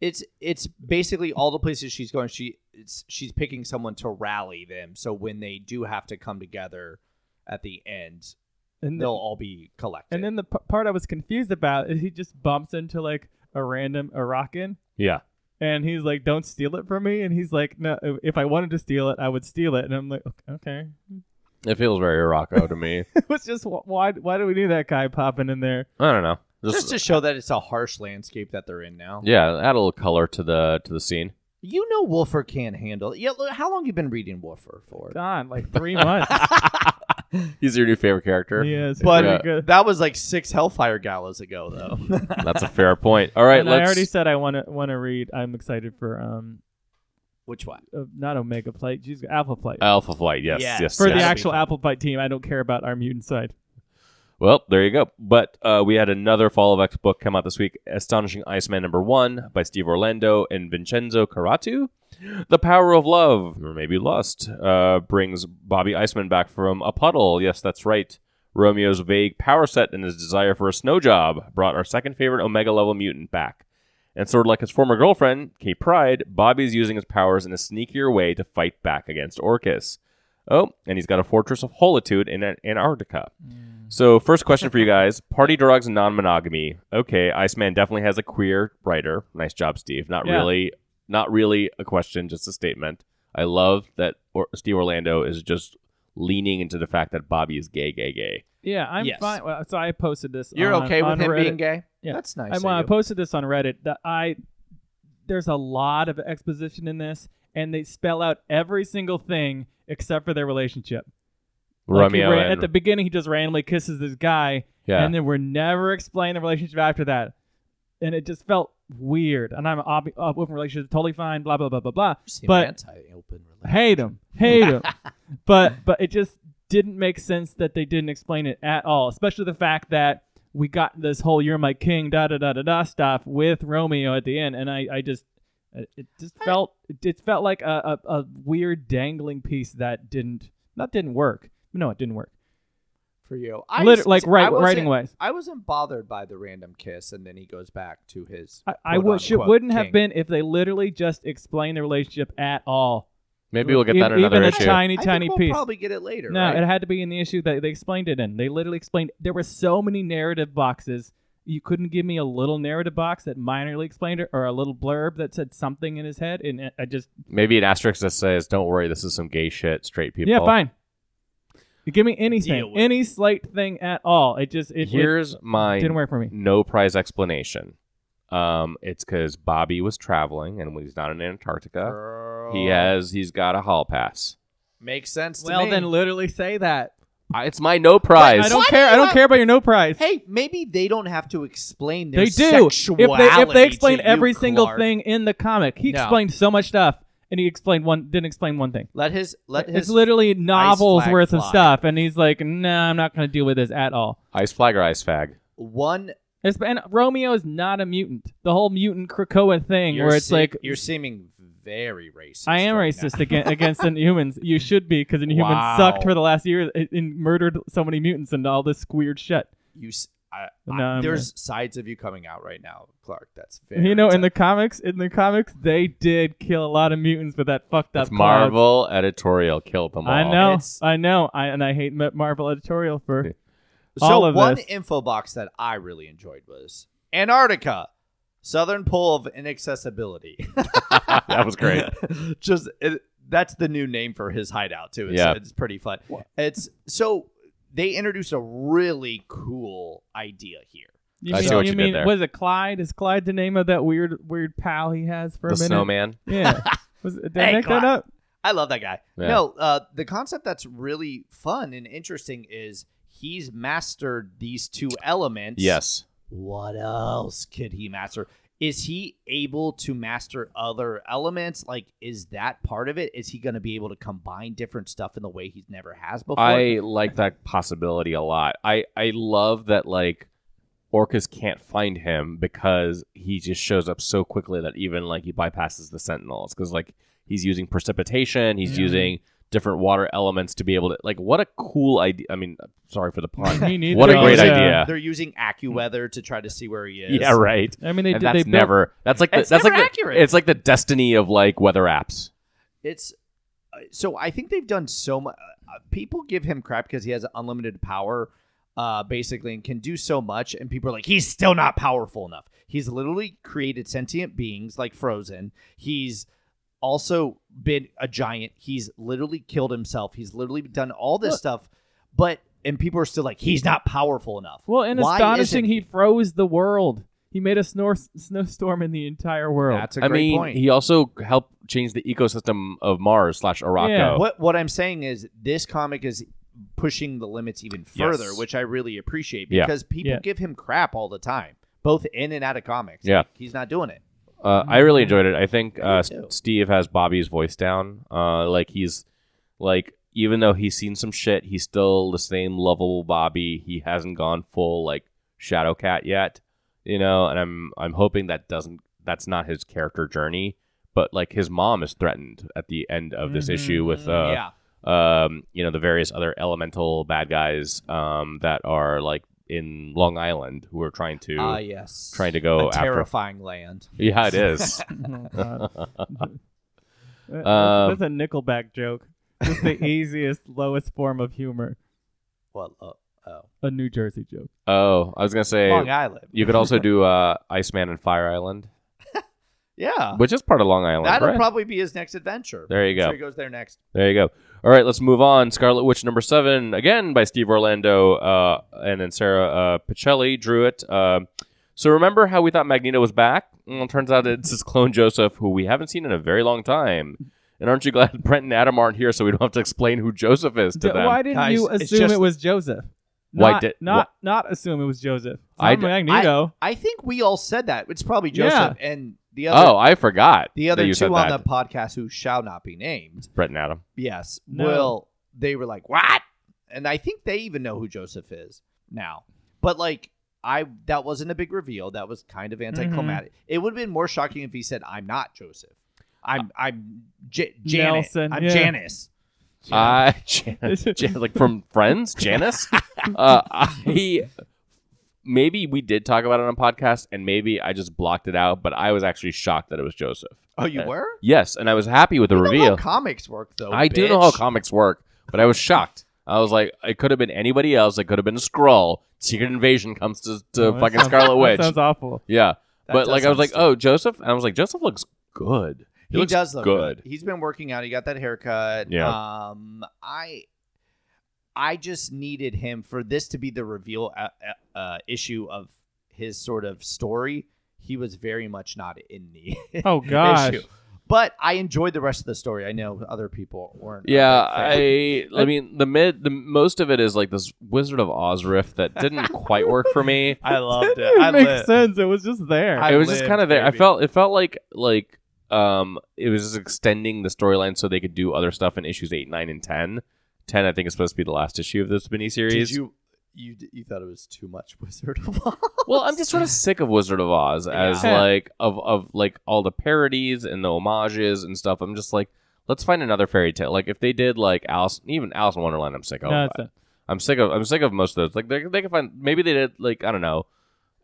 it's it's basically all the places she's going she it's she's picking someone to rally them so when they do have to come together at the end
And
they'll all be collected
And then the p- part I was confused about is he just bumps into like a random Iraqian
yeah.
and he's like, "Don't steal it from me." And he's like, "No, if I wanted to steal it, I would steal it." And I'm like, "Ok- "Okay."
It feels very Rocco to me.
it was just wh- why why do we need that guy popping in there?
I don't know. Just,
just to show that it's a harsh landscape that they're in now
yeah, add a little color to the to the scene.
you know wolfer can't handle it yeah look, how long you been reading wolfer for
God, like 3 months.
He's your new favorite character.
he is
But-
pretty good.
that was like six hellfire gallows ago though
That's a fair point. All right,
and
let's.
I already said I want to want to read. I'm excited for um
which one
uh, not Omega Flight, jeez, Alpha Flight.
Alpha Flight, yes,
Uh, Yeah.
yes.
for
yes.
that'll
the
be
actual
fun.
Apple Fight team, I don't care about our mutant side.
Well, there you go. But uh, we had another Fall of X book come out this week Astonishing Iceman number one by Steve Orlando and Vincenzo Caratu. The Power of Love, or maybe Lust, uh, brings Bobby Iceman back from a puddle. Yes, that's right. Romeo's vague power set and his desire for a snow job brought our second favorite Omega level mutant back. And sort of like his former girlfriend, Kay Pride, Bobby's using his powers in a sneakier way to fight back against Orcus. Oh, and he's got a fortress of holitude in An- Antarctica. So, first question for you guys party drugs and non monogamy. Okay, Iceman definitely has a queer writer. Nice job, Steve. Not
Yeah.
really. Not really a question, just a statement. I love that or- Steve Orlando is just leaning into the fact that Bobby is gay, gay, gay.
Yeah, I'm
Yes.
fine. Well, so I posted this.
you're
on-
okay
on
with him
Reddit.
being gay
Yeah.
that's nice
I,
of
well, I
you.
posted this on Reddit that I there's a lot of exposition in this, and they spell out every single thing except for their relationship. Like, he
Romeo
ran-
and
at the beginning, he just randomly kisses this guy,
yeah.
and then we're never explaining the relationship after that, and it just felt weird. And I'm ob- ob- open relationship, totally fine. Blah blah blah blah blah.
You seem
but-
anti-open relationship.
Hate him, hate him. but but it just didn't make sense that they didn't explain it at all, especially the fact that we got this whole "You're My King" da da da da da stuff with Romeo at the end, and I I just it it just felt it felt like a, a, a weird dangling piece that didn't not didn't work. No, it didn't work.
for you I
Liter-
s-
like
I
right,
wasn't-
writing wise.
I wasn't bothered by the random kiss, and then he goes back to his.
I, I would, should,
quote-unquote
wouldn't have
king.
been if they literally just explained the relationship at all.
Maybe we'll get that
E-
in another
even
issue.
a tiny
I think
tiny
we'll
piece.
Probably get it later.
No,
right?
it had to be in the issue that they explained it in. They literally explained there were so many narrative boxes. You couldn't give me a little narrative box that minorly explained it, or a little blurb that said something in his head, and I- I just
Maybe an asterisk that says, don't worry, this is some gay shit, straight people.
yeah, fine. You give me anything,
with it.
any slight thing at all. It just it, it
Here's my
didn't work for me.
no prize explanation. Um, it's because Bobby was traveling and he's not in Antarctica.
Girl.
He has, he's got a hall pass.
Makes sense. To
Well,
me.
then literally say that.
I- It's my no prize.
I don't
Why do you
care. I don't
want-
care about your no prize.
Hey, maybe they don't have to explain their
They do. If they, if
sexuality
they
to
explain
you,
every single
Clark.
thing in the comic, he
No.
explained so much stuff, and he explained one didn't explain one thing.
Let his let his
it's literally novels
flag
worth of
fly.
stuff, and he's like, "No, I'm not going to deal with this at all."
Ice flag or ice fag?
one.
It's, and Romeo is not a mutant. The whole mutant Krakoa thing,
you're
where it's
se-
like
you're seeming very racist.
I am
right
racist
now.
against, against humans. You should be because Inhumans sucked
Wow.
for the last year and- and murdered so many mutants and all this weird shit.
You, s- I,
No,
I-
I'm-
there's sides of you coming out right now, Clark. That's very
You know, in
tough.
the comics, in the comics, they did kill a lot of mutants with that fucked up
That's
cloud.
Marvel editorial killed them all.
I know,
It's-
I know, I, and I hate Ma- Marvel editorial for.
So
all of
one
this.
info box that I really enjoyed was Antarctica, southern pole of inaccessibility.
that was great.
Just it, that's the new name for his hideout too. It's,
Yeah.
it's pretty fun. It's so they introduced a really cool idea here.
You
I
mean,
see what
you
you did
mean
there.
was it Clyde? Is Clyde the name of that weird, weird pal he has for
the
a minute?
snowman.
Yeah. Was, did I
Hey,
make that
Clyde.
up?
I love that guy.
Yeah.
No, uh, the concept that's really fun and interesting is he's mastered these two elements.
Yes.
what else could he master? Is he able to master other elements? Like, is that part of it? Is he going to be able to combine different stuff in the way he's never has before?
I like that possibility a lot. I I love that like Orcus can't find him because he just shows up so quickly that even like he bypasses the Sentinels because like he's using precipitation, he's
Yeah.
using different water elements to be able to like what a cool idea. I mean, sorry for the pun.
Me neither.
what a
Oh,
great
yeah.
idea.
They're using AccuWeather to try to see where he is.
Yeah, right.
I mean, they
and
did.
that's
they built-
never. That's like the,
It's
that's
never
like the-
accurate.
it's like the destiny of like weather apps.
It's uh, so I think they've done so much. Uh, people give him crap because he has unlimited power, uh, basically, and can do so much. And people are like, he's still not powerful enough. He's literally created sentient beings like Frozen. He's also been a giant. He's literally killed himself. He's literally done all this
Look.
stuff, but and people are still like, he's not powerful enough.
Well, and
Why isn't
astonishing, he froze the world. He made a snor- snowstorm in the entire world.
That's a
I
great
mean,
point.
he also helped change the ecosystem of Mars slash Araco.
What what I'm saying is this comic is pushing the limits even further,
Yes.
which I really appreciate
Yeah.
because people
Yeah.
give him crap all the time, both in and out of comics.
Yeah.
he's not doing it.
Uh, I really enjoyed it. I think uh, S-
Mm-hmm. too.
Steve has Bobby's voice down. Uh, like he's like even though he's seen some shit, he's still the same lovable Bobby. He hasn't gone full like Shadow Cat yet, you know. And I'm I'm hoping that doesn't that's not his character journey. But like his mom is threatened at the end of this
Mhm.
issue with uh,
Mm-hmm. Mm, yeah,
um, you know, the various other elemental bad guys um, that are like in Long Island who are trying to
ah, yes,
trying to go
a
after.
terrifying land.
yeah, it is.
Oh, God. that's,
Um,
that's a Nickelback joke. It's the easiest, lowest form of humor.
Well, uh, oh,
A New Jersey joke.
oh, I was gonna say
Long Island.
you could also do uh, Iceman and Fire Island,
Yeah,
which is part of Long Island.
that'll
right?
probably be his next adventure.
Oh, There you
I'm
go.
sure he goes there next.
There you go. All right, let's move on. Scarlet Witch number seven, again by Steve Orlando, uh, and then Sarah uh, Pacelli drew it. Um so remember how we thought Magneto was back? Well, it turns out it's his clone Joseph, who we haven't seen in a very long time. And aren't you glad Brent and Adam aren't here, so we don't have to explain who Joseph is to
D-
them?
why didn't
Guys,
you
it's
assume
just-
it was Joseph?
Why
not,
did-
not not assume it was Joseph? It's
I
not
d-
Magneto.
I think we all said that. It's probably
Yeah.
Joseph and the other
oh, I forgot.
the other
that you
two
said
on
that.
the podcast who shall not be named.
Brent and Adam.
Yes.
No.
Well, they were like, "What?" And I think they even know who Joseph is now. But like, I that wasn't a big reveal. That was kind of anticlimactic. It would have been more shocking if he said, "I'm not Joseph. I'm I'm J- Janet.
Nelson,
I'm
yeah.
Janice."
I Jan, Jan- like from Friends, Janice. Uh, I maybe we did talk about it on a podcast, and maybe I just blocked it out. But I was actually shocked that it was Joseph.
Oh, you
Uh,
were.
Yes, and I was happy with the
You know how
reveal.
comics work, though.
I do know how
bitch.
comics work, but I was shocked. I was like, it could have been anybody else. It could have been a Skrull. Secret Invasion comes to, to
Oh, that
fucking
sounds-
Scarlet Witch.
That sounds awful.
yeah,
That
but
does
like I was
sound
like,
stupid.
oh Joseph, and I was like, Joseph looks good. He,
He
looks
does look
good.
He's been working out. He got that haircut.
Yeah.
Um, I, I just needed him for this to be the reveal uh, uh, uh, issue of his sort of story. He was very much not in the
Oh gosh.
issue, but I enjoyed the rest of the story. I know other people weren't. a
Yeah,
big fan.
I I mean the mid the most of it is like this Wizard of Oz riff that didn't quite work for me.
I loved it.
It
I
makes
lived.
sense. It was just there.
I
it was just
lived,
kind of there. I
baby.
felt it felt like like um it was just extending the storyline so they could do other stuff in issues 8, 9 and 10. 10 I think is supposed to be the last issue of this mini
Did
series.
you? you d- you thought it was too much Wizard of Oz.
Well, I'm just sort of sick of Wizard of Oz as
Yeah.
like of of like all the parodies and the homages and stuff. I'm just like, let's find another fairy tale. Like if they did like Alice, even Alice in Wonderland, I'm sick of.
No, it's not.
I'm sick of. I'm sick of most of those. Like they they can find maybe they did like I don't know.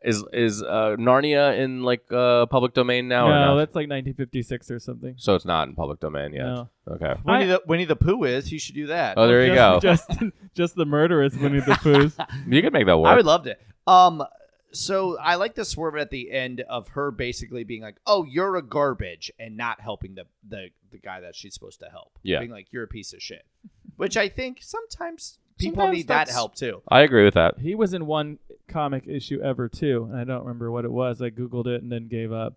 Is is uh, Narnia in like uh, public domain now or
no,
not?
that's like 1956 or something.
So it's not in public domain yet.
No.
Okay.
Winnie
I-
the Winnie the Pooh is. You should do that.
Oh, there you go.
Just, just, just the murderous Winnie the Poohs.
You could make that work.
I would love to. Um, so I like the swerve at the end of her basically being like, "Oh, you're a garbage," and not helping the the, the guy that she's supposed to help.
Yeah.
being like, "You're a piece of shit," which I think sometimes people
Sometimes
need that
that's-
help too.
I agree with that.
he was in one comic issue ever too, and I don't remember what it was. I googled it and then gave up.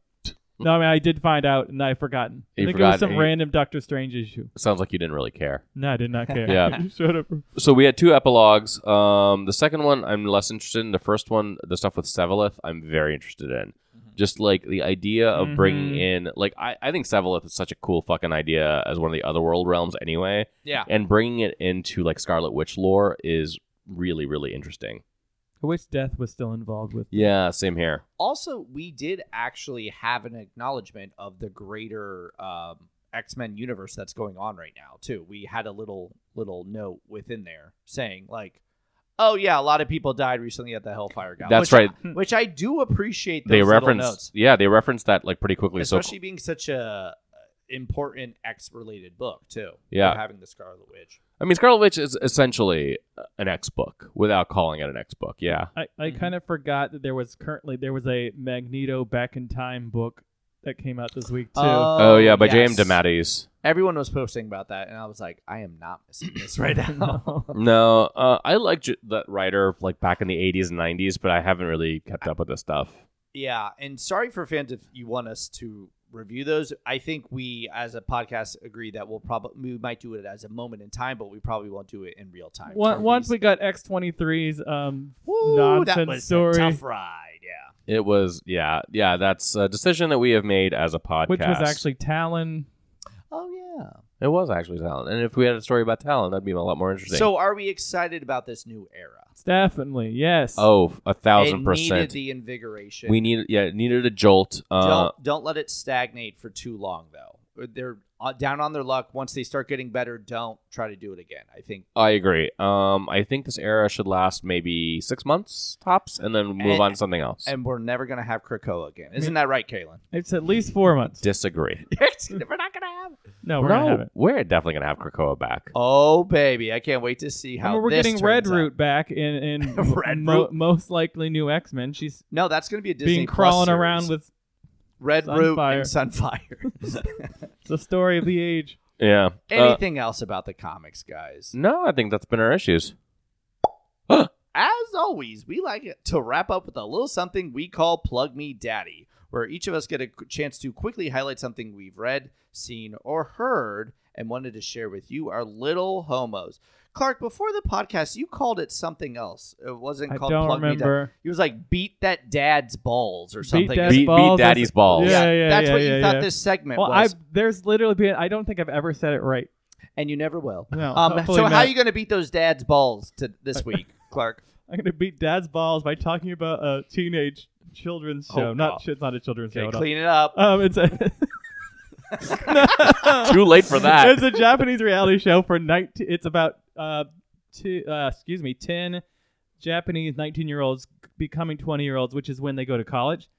No, I mean I did find out, and I've forgotten. I
You
think it
forgot,
was some
eh?
random Doctor Strange issue.
Sounds like you didn't really care.
No, I did not care.
Yeah.
You showed up.
So we had two epilogues. Um, the second one I'm less interested in. The first one, the stuff with Sevelith, I'm very interested in.
Mm-hmm.
Just like the idea of bringing in, like I, I think Sevelith is such a cool fucking idea as one of the otherworld realms anyway,
Yeah,
and bringing it into like Scarlet Witch lore is really really interesting.
I wish Death was still involved with.
Yeah, same here.
also we did actually have an acknowledgement of the greater um, x-men universe that's going on right now too we had a little little note within there saying like oh yeah a lot of people died recently at the hellfire gala
That's
which-
right.
which i do appreciate those
they
little
reference,
notes,
yeah, they reference that like pretty quickly.
especially being such a important x related book too
Yeah.
having the scarlet witch
so I mean, Scarlet Witch is essentially an X book without calling it an X book. Yeah,
I, I
Mhm.
kind of forgot that there was currently there was a Magneto back in time book that came out this week too.
oh yeah, by J.M.
yes.
DeMatteis.
everyone was posting about that and i was like i am not missing this right now
No.
No, uh, I liked J- that writer like back in the '80s and '90s, but I haven't really kept up with this stuff.
Yeah, and sorry for fans if you want us to review those. I think we, as a podcast, agree that we'll probably we might do it as a moment in time, but we probably won't do it in real time.
Once,
For
once
these-
we got X 23s um,
Woo, that
nonsense
was
story,
a tough ride. Yeah,
It was, yeah, yeah. That's a decision that we have made as a podcast.
which was actually Talon.
oh yeah.
it was actually Talon, and if we had a story about Talon, that'd be a lot more interesting.
So, are we excited about this new era?
Definitely, yes.
oh, a thousand
it needed
percent.
the invigoration.
we needed, yeah, it needed a jolt. Uh,
don't don't let it stagnate for too long though. They're uh, down on their luck. Once they start getting better, don't try to do it again. I think
I agree. Um, I think this era should last maybe six months tops, and then move
And-
on to something else.
and we're never gonna have Krakoa again. Isn't that right, Kalen?
It's at least four months.
Disagree.
we're not gonna have.
No, Oh, we're gonna have
No,
it.
we're definitely gonna have Krakoa back.
Oh baby, I can't wait to see how
I mean, we're
this
getting
turns
Red
out.
Root back in in
Red
mo-
Root?
most likely new X Men. She's
No, that's going to be a Disney
being
Plus
crawling
series.
around with
Red Root and Sunfire.
the story of the age.
Yeah. Uh,
Anything else about the comics, guys?
no, I think that's been our issues.
As always, we like it to wrap up with a little something we call "Plug Me Daddy," where each of us get a qu- chance to quickly highlight something we've read, seen, or heard, and wanted to share with you, our little homos. Clark, before the podcast, you called it something else. It wasn't
I
called
don't
"Plug Me Daddy."
remember.
It was like "Beat That Dad's Balls" or something.
Dad's
Beat, beat
balls is-
Daddy's balls.
Yeah, yeah,
that's
yeah,
what you
yeah,
thought
yeah.
this segment
Well, I
was,
there's literally been I don't think I've ever said it right.
and you never will.
No,
Um,
hopefully
so how
not.
are you going to beat those dad's balls to this week, Clark?
I'm gonna beat Dad's balls by talking about a teenage children's
Oh,
show.
God.
not it's not a children's
Okay,
show. at all.
clean it up.
Um, it's a
Too late for that.
it's a Japanese reality show for 19. It's about uh, two, uh, excuse me, 10 Japanese 19 year olds becoming 20 year olds, which is when they go to college.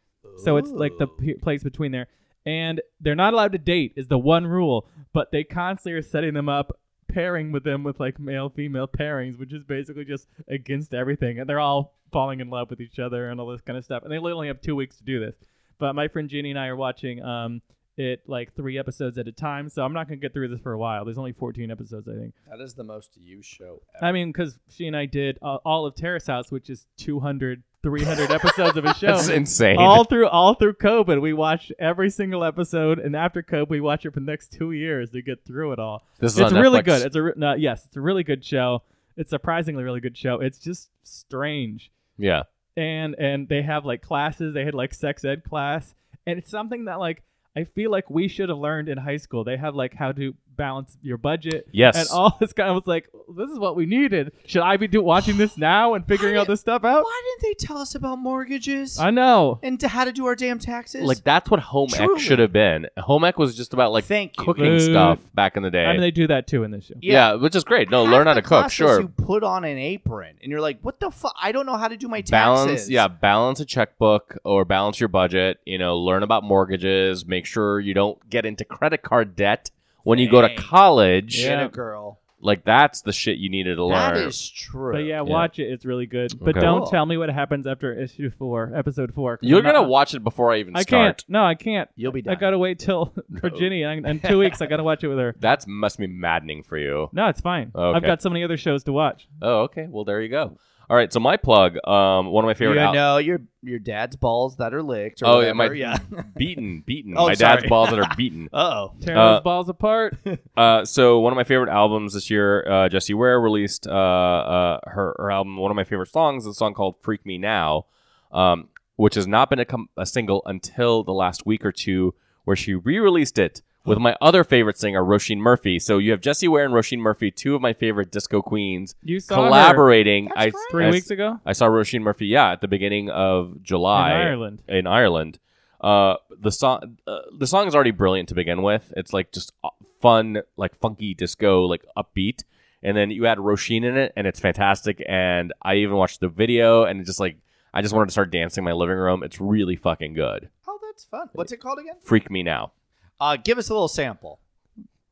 So it's like the p- place between there. And they're not allowed to date, is the one rule, but they constantly are setting them up. Pairing with them with like male female pairings, which is basically just against everything, and they're all falling in love with each other and all this kind of stuff. And they literally have two weeks to do this. But my friend Jeannie and I are watching um, it like three episodes at a time, so I'm not gonna get through this for a while. There's only 14 episodes, I think.
that is the most you show.
I mean, because she and I did uh, all of Terrace House, which is 200, 300 episodes of a show.
That's insane.
All through all through COVID, we watched every single episode, and after COVID, we watched it for the next two years to get through it all.
this is
it's
on
really
Netflix.
good. It's a re- no, yes, it's a really good show. It's surprisingly really good show. It's just strange
yeah.
and and they have like classes they had like sex ed class and it's something that like I feel like we should have learned in high school. They have like how to balance your budget
Yes.
and all this kind. I was like, this is what we needed. Should I be do- watching this now and figuring all this stuff out?
Why didn't they tell us about mortgages
I know.
and to how to do our damn taxes?
Like that's what home ec
Truly.
should have been. Home ec was just about like
Thank you.
cooking
Food.
stuff back in the day.
I mean, they do that too in this show.
yeah. which is great. No, learn how to
Half the
cook.
classes
Sure,
You put on an apron and you're like, what the fuck? I don't know how to do my taxes.
balance. Yeah, balance a checkbook or balance your budget. You know, learn about mortgages. Make sure you don't get into credit card debt when you go to
Dang.
college.
Shit,
Yeah.
a girl.
Like that's the shit you needed to learn.
That is true.
But yeah, watch it. It's really good. But
Okay.
don't
Cool.
tell me what happens after issue four, episode four. 'cause
You're
I'm not-
gonna watch it before I even
I
start.
can't. No, I can't.
You'll be done.
I gotta wait till Virginia in, in two weeks. I gotta watch it with her.
That must be maddening for you.
No, it's fine. I've
Okay.
got so many other shows to watch.
Oh, okay. Well, there you go. All right. So my plug. Um, one of my
you
Oh.
favorite. out-
know your your dad's balls that are licked. Or
Oh, yeah,
whatever.
my-
yeah.
beaten, beaten.
Oh,
my dad's
sorry.
balls that are beaten.
Uh oh.
Tearing
Uh,
those balls apart.
Uh, so one of my favorite albums this year, uh, Jessie Ware released uh, uh, her, her album. One of my favorite songs is a song called "Freak Me Now," um, which has not been a, com- a single until the last week or two, where she re-released it with my other favorite singer, Roisin Murphy. So you have Jessie Ware and Roisin Murphy, two of my favorite disco queens,
You saw her
collaborating.
That's
I,
great.
three
I-
weeks ago
I saw Roisin Murphy, yeah, at the beginning of July
in Ireland.
in Ireland. Uh, the song uh, the song is already brilliant to begin with. It's like just uh, fun, like funky disco, like upbeat, and then you add Roisin in it, and it's fantastic. And I even watched the video, and it just like I just wanted to start dancing in my living room. It's really fucking good.
Oh, that's fun. What's it called again?
Freak me now.
Uh, give us a little sample.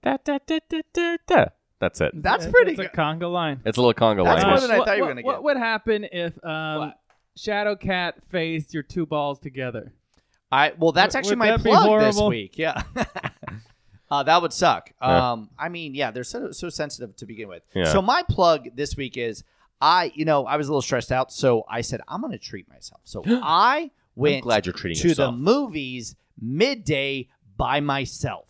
Da, da, da, da, da, da. That's it.
That's
It's-
pretty
It's a
good.
conga line.
It's a little conga
That's
line.
more
ish.
than I
what,
thought you were
what-
gonna
What
get.
would happen if um,
What?
Shadow Cat phased your two balls together?
I well, that's
Would-
actually
would
my
that be
plug this
horrible?
week. Yeah. Uh, that would suck.
Yeah.
Um, I mean, yeah, they're so, so sensitive to begin with.
Yeah.
So my plug this week is I, you know, I was a little stressed out, so I said I'm gonna treat myself. So I
I'm
went
glad you're treating
to the
yourself.
movies midday by myself.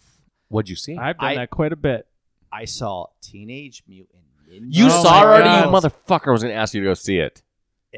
What'd you see?
I've done
I-
that quite a bit.
I saw Teenage Mutant Ninja.
you
Oh
saw
my
already,
God.
you motherfucker. I was gonna ask you to go see it.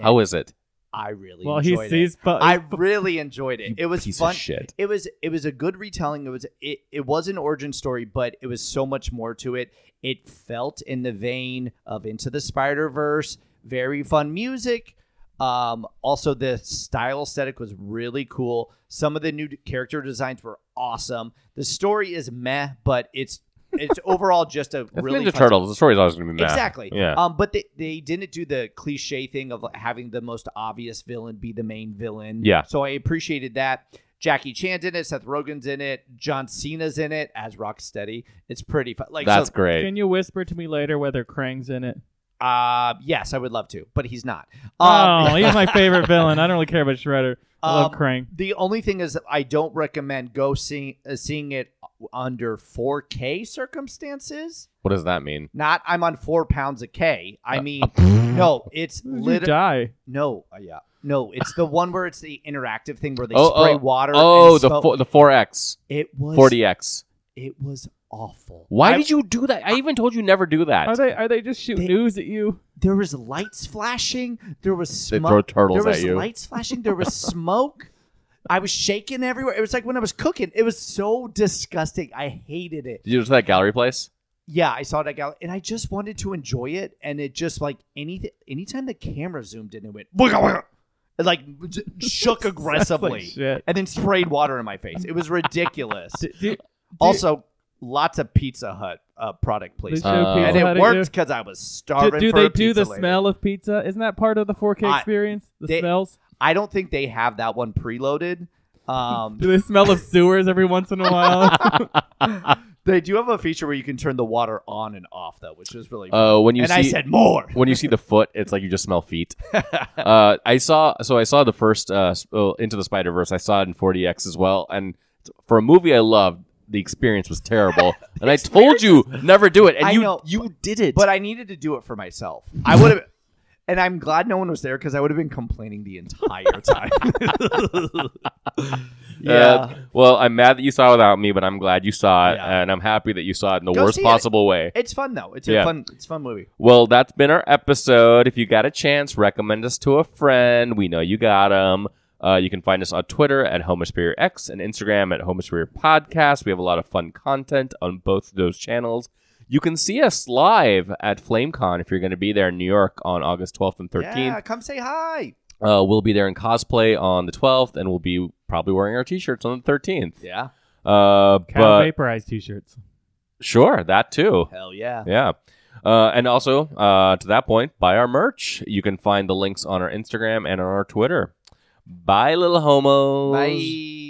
How is it?
I really
Well, he
enjoyed it.
sees. Bu-
I really enjoyed it.
You
it was
piece of
fun.
shit.
It was it was a good retelling. It was it, it was an origin story, but it was so much more to it. It felt in the vein of Into the Spider Verse. Very fun music. Um, also, the style aesthetic was really cool. Some of the new character designs were awesome. The story is meh, but it's it's overall just a
It's
really
Ninja
fun
Turtles. The story's always gonna be mad.
Exactly.
Yeah.
Um, but they, they didn't do the cliche thing of like, having the most obvious villain be the main villain.
Yeah.
So I appreciated that. Jackie Chan's in it. Seth Rogen's in it. John Cena's in it as Rocksteady. It's pretty fun. Like
That's
so,
great.
Can you whisper to me later whether Krang's in it?
uh, yes, I would love to, but he's not.
oh, he's my favorite villain. I don't really care about Shredder. I love
Um,
Krang.
The only thing is, that I don't recommend go see, uh, seeing it under 4K circumstances.
What does that mean?
Not I'm on four pounds a K.
Uh,
I mean, no, it's
You
literally.
die.
No, uh, yeah, no. It's the one where it's the interactive thing where they
Oh,
spray
oh,
water.
Oh,
and
the
smoke.
four, the four X,
it was
forty X.
It was awful.
Why
I-
did you do that? I even told you never do that.
Are they? Are they just shooting
They-
news at you?
There was lights flashing. There was
They
smoke.
throw turtles
there was
at you.
lights flashing. There was smoke. I was shaking everywhere. It was like when I was cooking. It was so disgusting. I hated it.
Did you go to that gallery place?
Yeah, I saw it at Gal- and I just wanted to enjoy it. And it just like anything, anytime the camera zoomed in, it went "Wiggle, wiggle," it like j- shook aggressively.
Like shit.
and then sprayed water in my face. It was ridiculous.
Do- do-
also, lots of Pizza Hut uh, product
They
placement.
show
Uh,
people
and
how
it
to
worked because I was
Do,
starving
do
for
they
a
do the
pizza later.
smell of pizza? Isn't that part of the 4K
I-
experience? The
they-
smells.
I don't think they have that one preloaded. Um,
Do they smell of sewers every once in a while?
they do have a feature where you can turn the water on and off, though, which was really. fun.
Uh, when you
and
see
I said more.
when you see the foot, it's like you just smell feet. uh, I saw so I saw the first uh, s- oh, Into the Spider Verse. I saw it in forty X as well, and for a movie I loved, the experience was terrible. and I told you never do it, and
I
you uh,
know,
you did it.
But I needed to do it for myself. I would have. And I'm glad no one was there because I would have been complaining the entire time. yeah.
Uh, well, I'm mad that you saw it without me, but I'm glad you saw it,
Yeah.
and I'm happy that you saw it in the
Go
worst
see it.
possible way.
it's fun though. It's a
Yeah.
fun. It's a fun movie.
Well, that's been our episode. If you got a chance, recommend us to a friend. We know you got them. Uh, you can find us on Twitter at Homosphere X and Instagram at Homosphere Podcast. We have a lot of fun content on both of those channels. You can see us live at FlameCon if you're going to be there in New York on August 12th and 13th.
Yeah, come say hi.
Uh, we'll be there in cosplay on the 12th, and we'll be probably wearing our T-shirts on the 13th.
Yeah.
Uh,
Cow
but
vaporized t-shirts.
sure, that too.
Hell yeah.
Yeah. Uh, and also, uh, to that point, buy our merch. You can find the links on our Instagram and on our Twitter. Bye, little homos.
Bye.